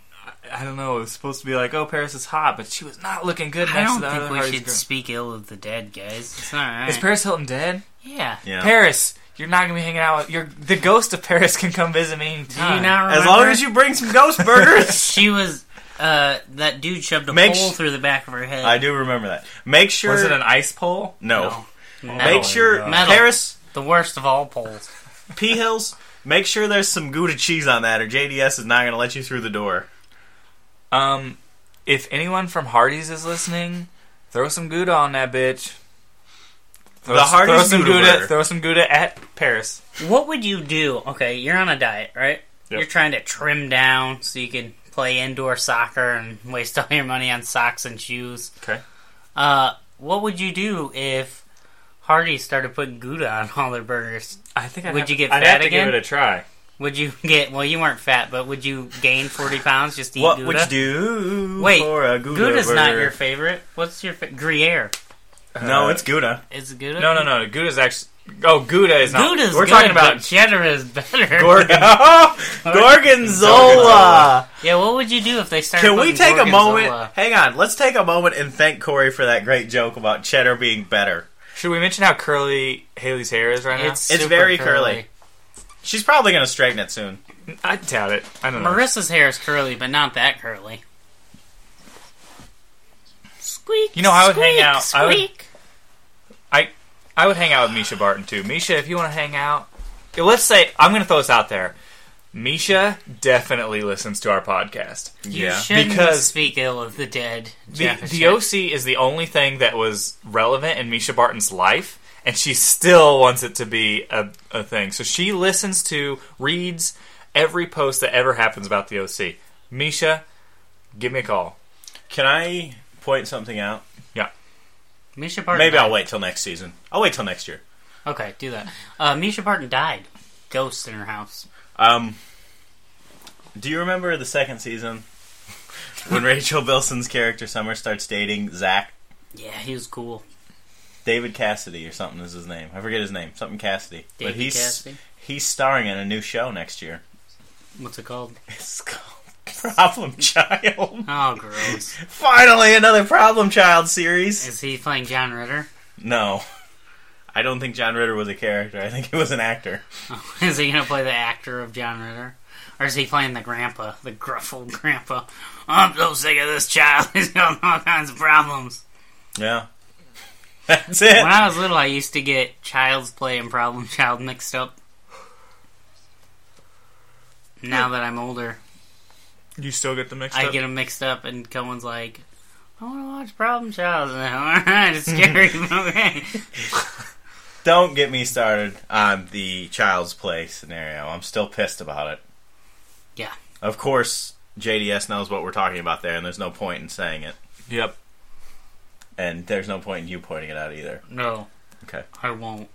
S5: I- I don't know. It was supposed to be like, "Oh, Paris is hot," but she was not looking good
S3: I
S5: next
S3: don't
S5: to the
S3: think
S5: other
S3: we
S5: Hardy's
S3: should
S5: girl.
S3: speak ill of the dead, guys. It's not right.
S5: Is Paris Hilton dead?
S3: yeah.
S2: Yeah.
S5: Paris, you're not gonna be hanging out with. You're the ghost of Paris can come visit me
S3: Do you
S5: anytime.
S3: not remember?
S2: as long as you bring some ghost burgers.
S3: she was. Uh, that dude shoved a
S2: Make
S3: pole
S2: sh-
S3: through the back of her head.
S2: I do remember that. Make sure.
S5: Was it an ice pole?
S2: no.
S3: No.
S2: Make
S3: Metal.
S2: sure
S3: Metal.
S2: Paris
S3: The worst of all poles.
S2: P Hills. Make sure there's some Gouda cheese on that, or JDS is not going to let you through the door.
S5: Um, if anyone from Hardy's is listening, throw some Gouda on that bitch. Throw,
S2: The Hardee's
S5: throw some
S2: Gouda
S5: Gouda.
S2: burger.
S5: Throw some Gouda at Paris.
S3: What would you do? Okay, you're on a diet, right? You're trying to trim down so you can play indoor soccer and waste all your money on socks and shoes.
S5: Okay.
S3: Uh, what would you do if Hardy started putting Gouda on all their burgers?
S5: I think I'd
S3: Would
S5: have,
S3: you get
S5: I'd
S3: fat
S5: have to
S3: again?
S5: give it a try.
S3: Would you get well? You weren't fat, but would you gain forty pounds just eating
S2: what
S3: Gouda?
S2: would you do
S3: Wait,
S2: for a Gouda
S3: Gouda's
S2: burger?
S3: not your favorite. What's your fa- Gruyere?
S2: no,
S5: Uh,
S2: it's Gouda.
S3: Is Gouda?
S5: No, no, no. Gouda's actually. Oh, Gouda is not.
S3: Gouda's
S5: We're
S3: good,
S5: talking about
S3: but cheddar is better.
S2: Gorgonzola.
S3: yeah, what would you do if they started?
S2: Can we
S3: putting
S2: take a moment?
S3: gorgonzola-
S2: Hang on. Let's take a moment and thank Corey for that great joke about cheddar being better.
S5: Should we mention how curly Haley's hair is right
S3: It's,
S2: It's
S3: super
S2: very curly. She's probably going to straighten it soon.
S5: now? I doubt it. I don't know.
S3: Marissa's hair is curly, but not that curly. Squeak.
S5: You know, I would hang
S3: squeak,
S5: out- I would-
S3: Squeak.
S5: I I would hang out with Misha Barton too. Misha, if you want to hang out, Yeah, let's say I'm going to throw this out there. Misha definitely listens to our podcast.
S3: You
S2: yeah.
S3: shouldn't
S5: Because-
S3: speak ill of the dead.
S5: The,
S3: Jefferson.
S5: the OC is the only thing that was relevant in Misha Barton's life, and she still wants it to be a, a thing. So she listens to, reads every post that ever happens about the OC. Misha, give me a call.
S2: Can I point something out?
S3: Misha Barton.
S2: Maybe
S3: died.
S2: I'll wait till next season. I'll wait till next year.
S3: Okay, do that. Uh, Misha Barton died. Ghost in her house.
S2: Um, do you remember the second season when Rachel Bilson's character Summer starts dating Zach
S3: Yeah, he was cool.
S2: David Cassidy or something is his name? I forget his name. Something Cassidy.
S3: David
S2: but he's
S3: Cassidy?
S2: he's starring in a new show next year.
S3: What's it called?
S2: It's called Problem Child.
S3: Oh, gross.
S2: Finally, another Problem Child series.
S3: Is he playing John Ritter?
S2: No. I don't think John Ritter was a character. I think he was an actor.
S3: Is he going to play the actor of John Ritter? Or is he playing the grandpa, the gruff old grandpa? I'm so sick of this child. He's got all kinds of problems.
S2: Yeah. That's it.
S3: When I was little, I used to get Child's Play and Problem Child mixed up. Now that I'm older,
S5: You still get the mixed
S3: I get them mixed up, and Cohen's like, I want to watch Problem Child. And I'm like, all right, it's scary. but okay.
S2: Don't get me started on the child's play scenario. I'm still pissed about it.
S3: Yeah.
S2: Of course, JDS knows what we're talking about there, and there's no point in saying it.
S5: Yep.
S2: And there's no point in you pointing it out either.
S3: No.
S2: Okay.
S3: I won't.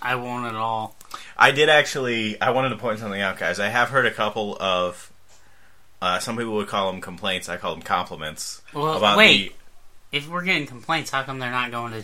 S3: I won't at all.
S2: I did actually, I wanted to point something out, guys. I have heard a couple of, uh, some people would call them complaints, I call them compliments.
S3: Well,
S2: about
S3: wait. If we're getting complaints, how come they're not going to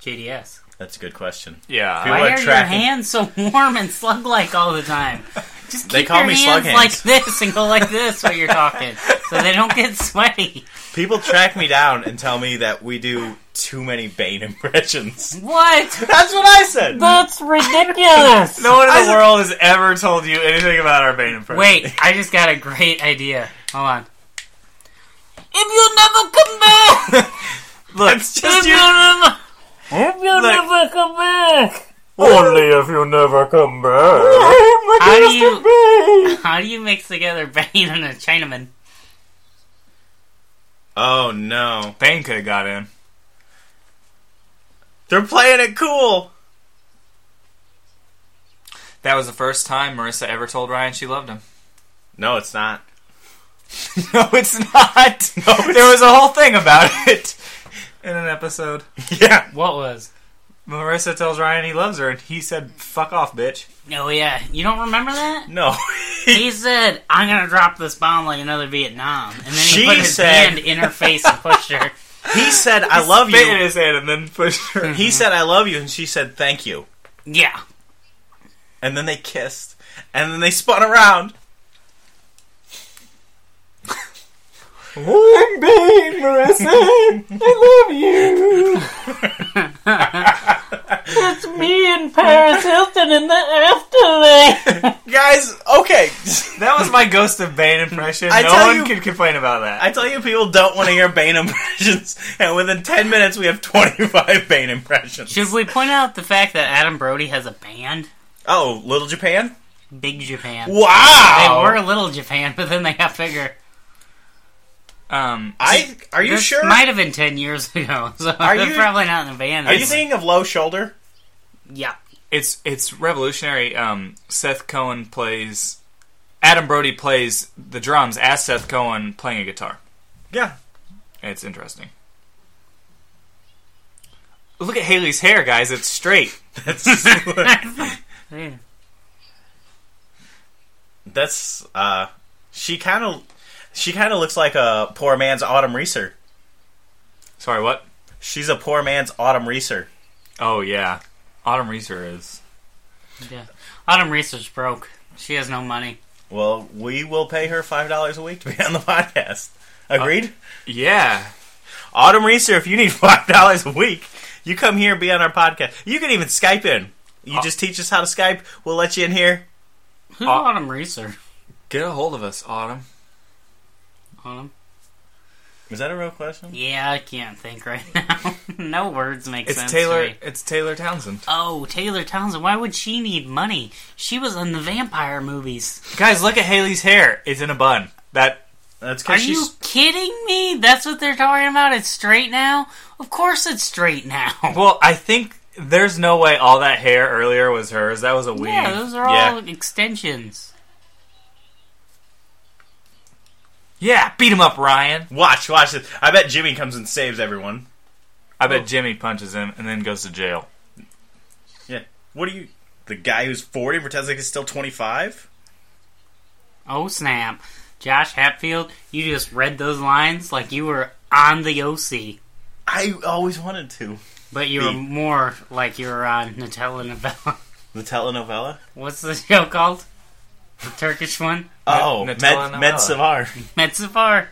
S3: JDS?
S2: The, that's a good question.
S5: Yeah.
S2: Feel
S5: I-
S3: Why
S2: like
S3: are your
S2: tracking-
S3: hands so warm and slug-like all the time? Just keep
S2: They call
S3: your
S2: me slug
S3: hands like
S2: hands.
S3: this and go like this while you're talking, so they don't get sweaty.
S2: People track me down and tell me that we do too many Bane impressions.
S3: What?
S2: That's what I said!
S3: That's ridiculous.
S5: no one in
S2: I
S5: the
S2: said-
S5: world has ever told you anything about our Bane impression.
S3: Wait, I just got a great idea. Hold on. If you'll never come back,
S5: look,
S2: It's
S3: if
S2: just
S3: you'll
S2: you.
S3: never, if you'll
S2: Look.
S3: never come back,
S2: Only if you never come back.
S3: How do you how do you mix together Bane and a Chinaman?
S2: Oh no.
S5: Bane could have got in.
S2: They're playing it cool.
S5: That was the first time Marissa ever told Ryan she loved him.
S2: No, it's not.
S5: No, it's not. there was a whole thing about it in an episode.
S2: Yeah.
S3: What was?
S5: Marissa tells Ryan he loves her, and he said, "Fuck off, bitch."
S3: Oh yeah, you don't remember that?
S2: No.
S3: He said, "I'm gonna drop this bomb like another Vietnam," and then he
S2: She
S3: put his
S2: said-
S3: hand in her face and pushed her.
S2: he said, I love
S5: Spit in
S2: you.
S5: his hand and then pushed her.
S2: He said, I love you, and she said, thank you.
S3: Yeah,
S2: And then they kissed. And then they spun around.
S5: I'm Bane, Marissa. I love you.
S3: it's me and Paris Hilton in the afterlife.
S2: Guys, okay.
S5: That was my Ghost of Bane impression.
S2: I
S5: no
S2: tell
S5: one
S2: you-
S5: could complain about that.
S2: I tell you, people don't want to hear Bane impressions, and within 10 minutes, we have 25 Bane impressions.
S3: Should we point out the fact that Adam Brody has a band,
S2: Oh, Little Japan?
S3: Big Japan? They
S2: Wow!
S3: were Little Japan, but then they got bigger.
S5: um,
S2: I, are you
S3: this
S2: sure?
S3: Might have been ten years ago, so
S2: Are
S3: they're
S2: you-
S3: probably not in the band.
S2: Are you thinking of Low Shoulder?
S3: Yeah.
S5: it's it's revolutionary. Um, Seth Cohen plays Adam Brody plays the drums as Seth Cohen playing a guitar.
S2: Yeah.
S5: It's interesting. Look at Haley's hair, guys. It's straight.
S2: That's,
S3: Yeah.
S2: that's uh, she kind of, she kind of looks like a poor man's Autumn Reeser.
S5: Sorry, what?
S2: She's a poor man's Autumn Reeser.
S5: Oh yeah, Autumn Reeser is.
S3: Yeah. Autumn Research broke. She has no money.
S2: Well, we will pay her five dollars a week to be on the podcast. Agreed.
S5: Yeah,
S2: Uh, Autumn Reeser, if you need five dollars a week, you come here, be on our podcast. You can even Skype in. You just teach us how to Skype. We'll let you in here.
S3: Who's
S5: Au-
S3: Autumn Reeser?
S5: get a hold of us, Autumn.
S3: Autumn?
S2: Is that a real question?
S3: Yeah, I can't think right now. no words make
S5: It's
S3: sense.
S5: Taylor.
S3: To me.
S5: It's Taylor Townsend.
S3: Oh, Taylor Townsend. Why would she need money? She was in the vampire movies.
S5: Guys, look at Haley's hair. It's in a bun. That
S2: That's
S3: Are
S2: because she's.
S3: you kidding me? That's what they're talking about? It's straight now? Of course it's straight now.
S5: well, I think there's no way all that hair earlier was hers. That was a weave.
S3: Yeah, those are
S2: Yeah.
S3: all extensions.
S5: Yeah, beat him up, Ryan.
S2: Watch, watch this. I bet Jimmy comes and saves everyone.
S5: I bet Jimmy punches him and then goes to jail.
S2: Yeah. What do you? The guy who's forty pretends like he's still twenty-five.
S3: Oh, snap. Josh Hatfield, you just read those lines like you were on the OC.
S2: I always wanted to.
S3: But you were
S2: Me.
S3: more like you were on Nutella Novella.
S2: The telenovela.
S3: What's the show called? The Turkish one?
S2: Oh, Med
S5: Nutella
S2: Med
S5: novella.
S2: Savar.
S3: Metzifar.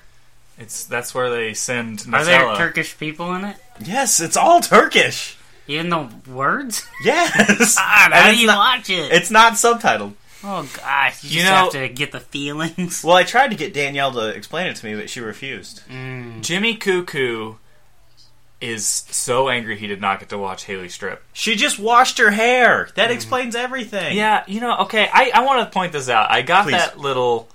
S5: It's that's where they send Nutella.
S3: Are there Turkish people in it?
S2: Yes, it's all Turkish.
S3: Even the words?
S2: Yes.
S3: God,
S2: And
S3: how do
S2: it's
S3: you
S2: Ah, not-
S3: watch it?
S2: It's not subtitled.
S3: oh, gosh. You,
S5: You
S3: just
S5: know-
S3: have to get the feelings.
S2: Well, I tried to get Danielle to explain it to me, but she refused.
S5: Jimmy Cuckoo is so angry he did not get to watch Haley strip.
S2: She just washed her hair. That explains everything.
S5: Yeah, you know, okay, I, I want to point this out. I got
S2: Please.
S5: that little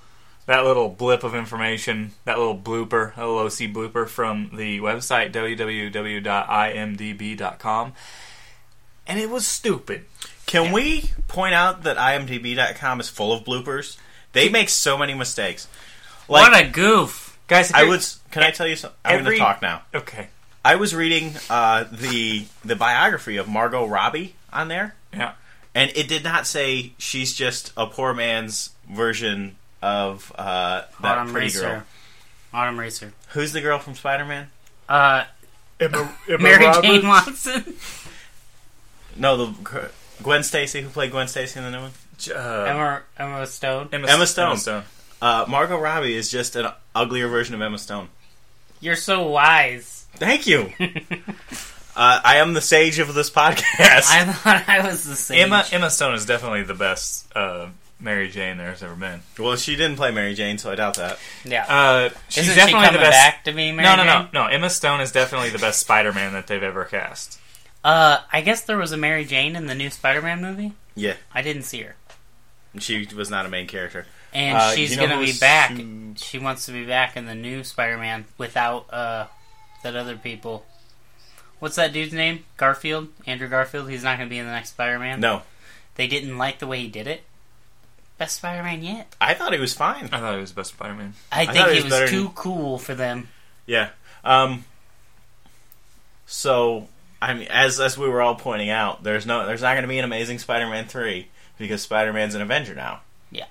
S5: that little blip of information, that little blooper, that little OC blooper from the website www.imdb.com. And it was stupid.
S2: Can we point out that IMDb.com is full of bloopers? They make so many mistakes. Like
S3: what a goof.
S5: Guys, if
S2: I
S5: you're-
S2: was. Can I tell you something? I'm going
S5: every-
S2: to talk now.
S5: Okay.
S2: I was reading uh, the the biography of Margot Robbie on there,
S5: Yeah.
S2: and it did not say she's just a poor man's version of uh, that
S3: Autumn
S2: pretty
S3: Racer.
S2: girl.
S3: Autumn Racer.
S2: Who's the girl from Spider Man?
S3: Uh, Mary Jane Watson.
S2: No, the gr- Gwen Stacy who played Gwen Stacy in the new one.
S5: Uh,
S3: Emma, Emma Stone.
S2: Emma Stone. Uh, Margot Robbie is just an uglier version of Emma Stone.
S3: You're so wise.
S2: Thank you. uh, I am the sage of this podcast.
S3: I thought I was the same.
S5: Emma Emma Stone is definitely the best uh, Mary Jane there's ever been.
S2: well, she didn't play Mary Jane, so I doubt that.
S3: yeah.
S5: Uh, she's
S3: Isn't she
S5: definitely
S3: coming
S5: the best.
S3: back to be Mary
S5: no, no,
S3: Jane?
S5: no, no. Emma Stone is definitely the best Spider-Man that they've ever cast.
S3: Uh, I guess there was a Mary Jane in the new Spider-Man movie.
S2: Yeah,
S3: I didn't see her,
S2: she was not a main character.
S3: and
S2: Uh,
S3: she's
S2: you know
S3: gonna
S2: who
S3: be back.
S2: she-
S3: She wants to be back in the new Spider-Man without uh that other people. What's that dude's name? Garfield, Andrew Garfield. He's not gonna be in the next Spider-Man.
S2: No,
S3: they didn't like the way he did it. Best Spider-Man yet.
S2: I thought he was fine.
S5: I thought it was best Spider-Man.
S3: I,
S2: thought
S3: think
S2: he
S3: he
S2: was
S3: was,
S2: better than-
S3: too cool for them.
S2: Yeah. Um. So I mean, as as we were all pointing out, there's no there's not going to be an Amazing Spider-Man three because Spider-Man's an Avenger now,
S3: Yeah,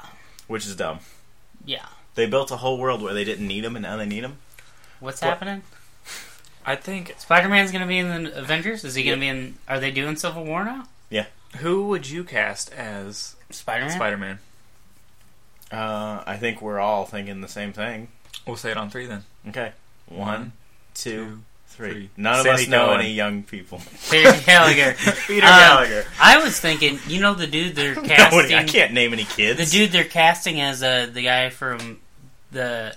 S2: which is dumb.
S3: yeah.
S2: They built a whole world where they didn't need him, and now they need him.
S3: What's
S5: Well-
S3: happening?
S5: I think
S3: Spider-Man's gonna be in the Avengers. Is he gonna be in? Are they doing Civil War now?
S5: who would you cast as
S3: Spider-Man.
S5: Spider-Man?
S2: Uh, I think we're all thinking the same thing.
S5: We'll say it on three then.
S2: Okay, one, two, three.
S5: three.
S2: None of
S5: Seth
S2: us know
S5: Cohen.
S2: any young people.
S3: Peter Gallagher.
S2: Peter
S3: Um,
S2: Gallagher.
S3: I was thinking, you know, the dude they're
S2: Nobody, I
S3: casting,
S2: can't name any kids.
S3: the dude they're casting as uh, the guy from the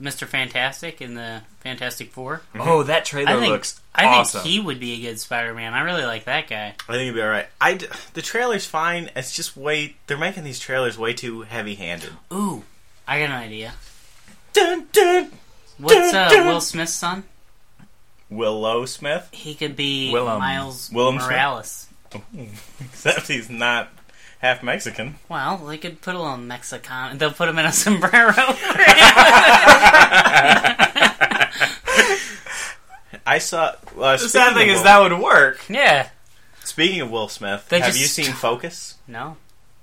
S3: Mister Fantastic in the Fantastic Four.
S5: Oh, that trailer
S3: I think
S5: looks
S3: I
S5: awesome.
S3: think he would be a good Spider-Man. I really like that guy.
S2: I think it'd be all right. I d- the trailer's fine. It's just way they're making these trailers way too heavy-handed.
S3: Ooh, I got an idea.
S2: Dun dun.
S3: What's uh,
S2: Dun, dun.
S3: Will Smith's son?
S2: Willow Smith,
S3: He could be
S5: Willem.
S3: Miles
S2: Willem Smith?
S3: Morales.
S2: except he's not half Mexican.
S3: Well, they could put a little Mexican. They'll put him in a sombrero.
S2: I saw. Uh,
S5: the sad thing
S2: of
S5: is
S2: Will-
S5: that would work.
S3: yeah.
S2: Speaking of Will Smith,
S3: They
S2: have
S3: just-
S2: you seen Focus?
S3: No.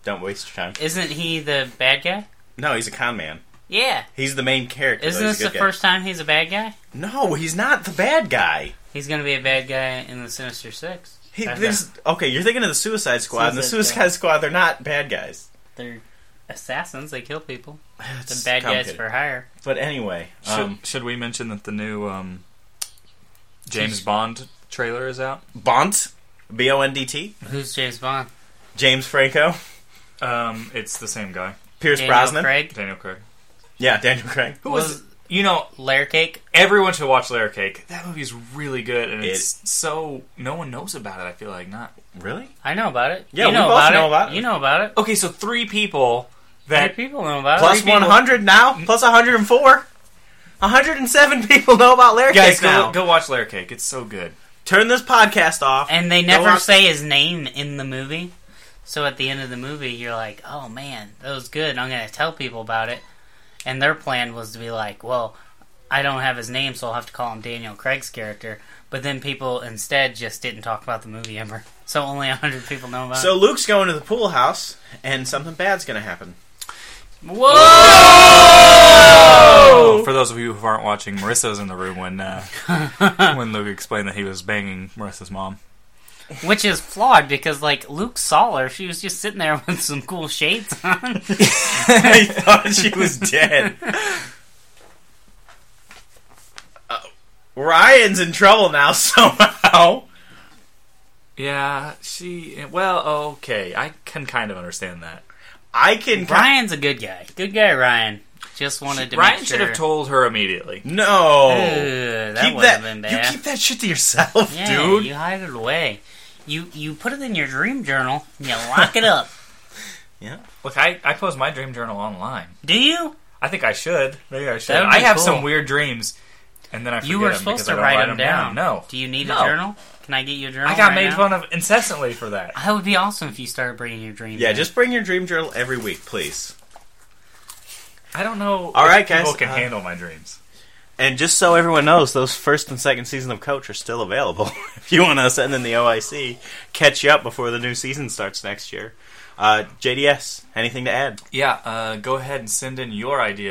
S2: Don't waste your time.
S3: Isn't he the bad guy?
S2: No, he's a con man.
S3: Yeah.
S2: He's the main character. though.
S3: Isn't
S2: He's
S3: this
S2: a
S3: the
S2: good guy.
S3: first time he's a bad guy?
S2: No, he's not the bad guy.
S3: He's gonna be a bad guy in the Sinister Six.
S2: He,
S3: Okay.
S2: there's, okay, you're thinking of the Suicide Squad. and the
S3: Suicide
S2: Suicide Squad, they're not bad guys.
S3: They're assassins. They kill people. The
S2: It's
S3: bad guys
S2: complicated.
S3: for hire.
S2: But anyway,
S5: Should,
S2: um,
S5: should we mention that the new um, James Bond trailer is out?
S2: Bont, B O N D T,
S3: Who's James Bond?
S2: James Franco,
S5: Um, it's the same guy,
S2: Pierce
S3: Daniel
S2: Brosnan.
S3: Craig.
S5: Daniel Craig.
S2: Yeah, Daniel Craig.
S5: Who
S3: Was-
S5: was? You know,
S3: Layer Cake.
S5: everyone should watch Layer Cake. That movie's really good, and
S2: It-
S5: it's so no one knows about it. I feel like not.
S2: Really?
S3: I know about it.
S2: Yeah,
S3: you
S2: we
S3: know
S2: both
S3: about
S2: know
S3: it.
S2: about it.
S3: You know about it.
S5: Okay, so three people that
S3: Three people know about
S2: Plus
S3: it.
S2: 100 now, plus 104. 107 people know about Larry
S5: guys
S2: Cake
S5: go,
S2: now.
S5: go watch Layer Cake. It's so good.
S2: Turn this podcast off.
S3: And they
S2: Go
S3: never
S2: watch-
S3: say his name in the movie. So at the end of the movie, you're like, oh man, that was good. I'm going to tell people about it. And their plan was to be like, well, I don't have his name, so I'll have to call him Daniel Craig's character. But then people instead just didn't talk about the movie ever. So only 100 people know about
S2: So
S3: it.
S2: Luke's going to the pool house, and something bad's going to happen.
S3: Whoa!
S5: Oh, for those of you who aren't watching, Marissa was in the room when uh, when Luke explained that he was banging Marissa's mom.
S3: Which is flawed because, like, Luke saw her. She was just sitting there with some cool shades on.
S2: I thought she was dead. Uh, Ryan's in trouble now somehow.
S5: Yeah, she. Well, okay, I can kind of understand that.
S2: I can. ki-
S3: Ryan's a good guy. Good guy, Ryan. Just wanted to
S5: Ryan
S3: make sure.
S5: should have told her immediately.
S2: no.
S3: Ugh, that
S2: keep
S3: would have been
S2: You
S3: bad.
S2: keep that shit to yourself,
S3: yeah,
S2: dude.
S3: you hide it away. You you put it in your dream journal and you lock it up.
S5: Look, I, I post my dream journal online.
S3: Do you?
S5: I think I should. Maybe I should.
S3: That would be
S5: I have
S3: cool.
S5: some weird dreams, and then I forget
S3: You were
S5: them
S3: supposed
S5: because I
S3: to
S5: don't
S3: write
S5: 'em
S3: them down.
S5: No,
S3: Do you need
S5: No.
S3: a journal? Can I get you a journal?
S5: I got
S3: right
S5: made
S3: now?
S5: fun of incessantly for that.
S3: That would be awesome if you started bringing your dream.
S2: Yeah,
S3: down.
S2: just bring your dream journal every week, please.
S5: I don't know.
S2: All
S5: if
S2: right,
S5: people
S2: guys,
S5: can
S2: uh,
S5: handle my dreams.
S2: And just so everyone knows, those first and second season of Coach are still available. if you want to send in the OIC, catch you up before the new season starts next year. Uh, JDS, anything to add?
S5: Yeah, uh, go ahead and send in your ideas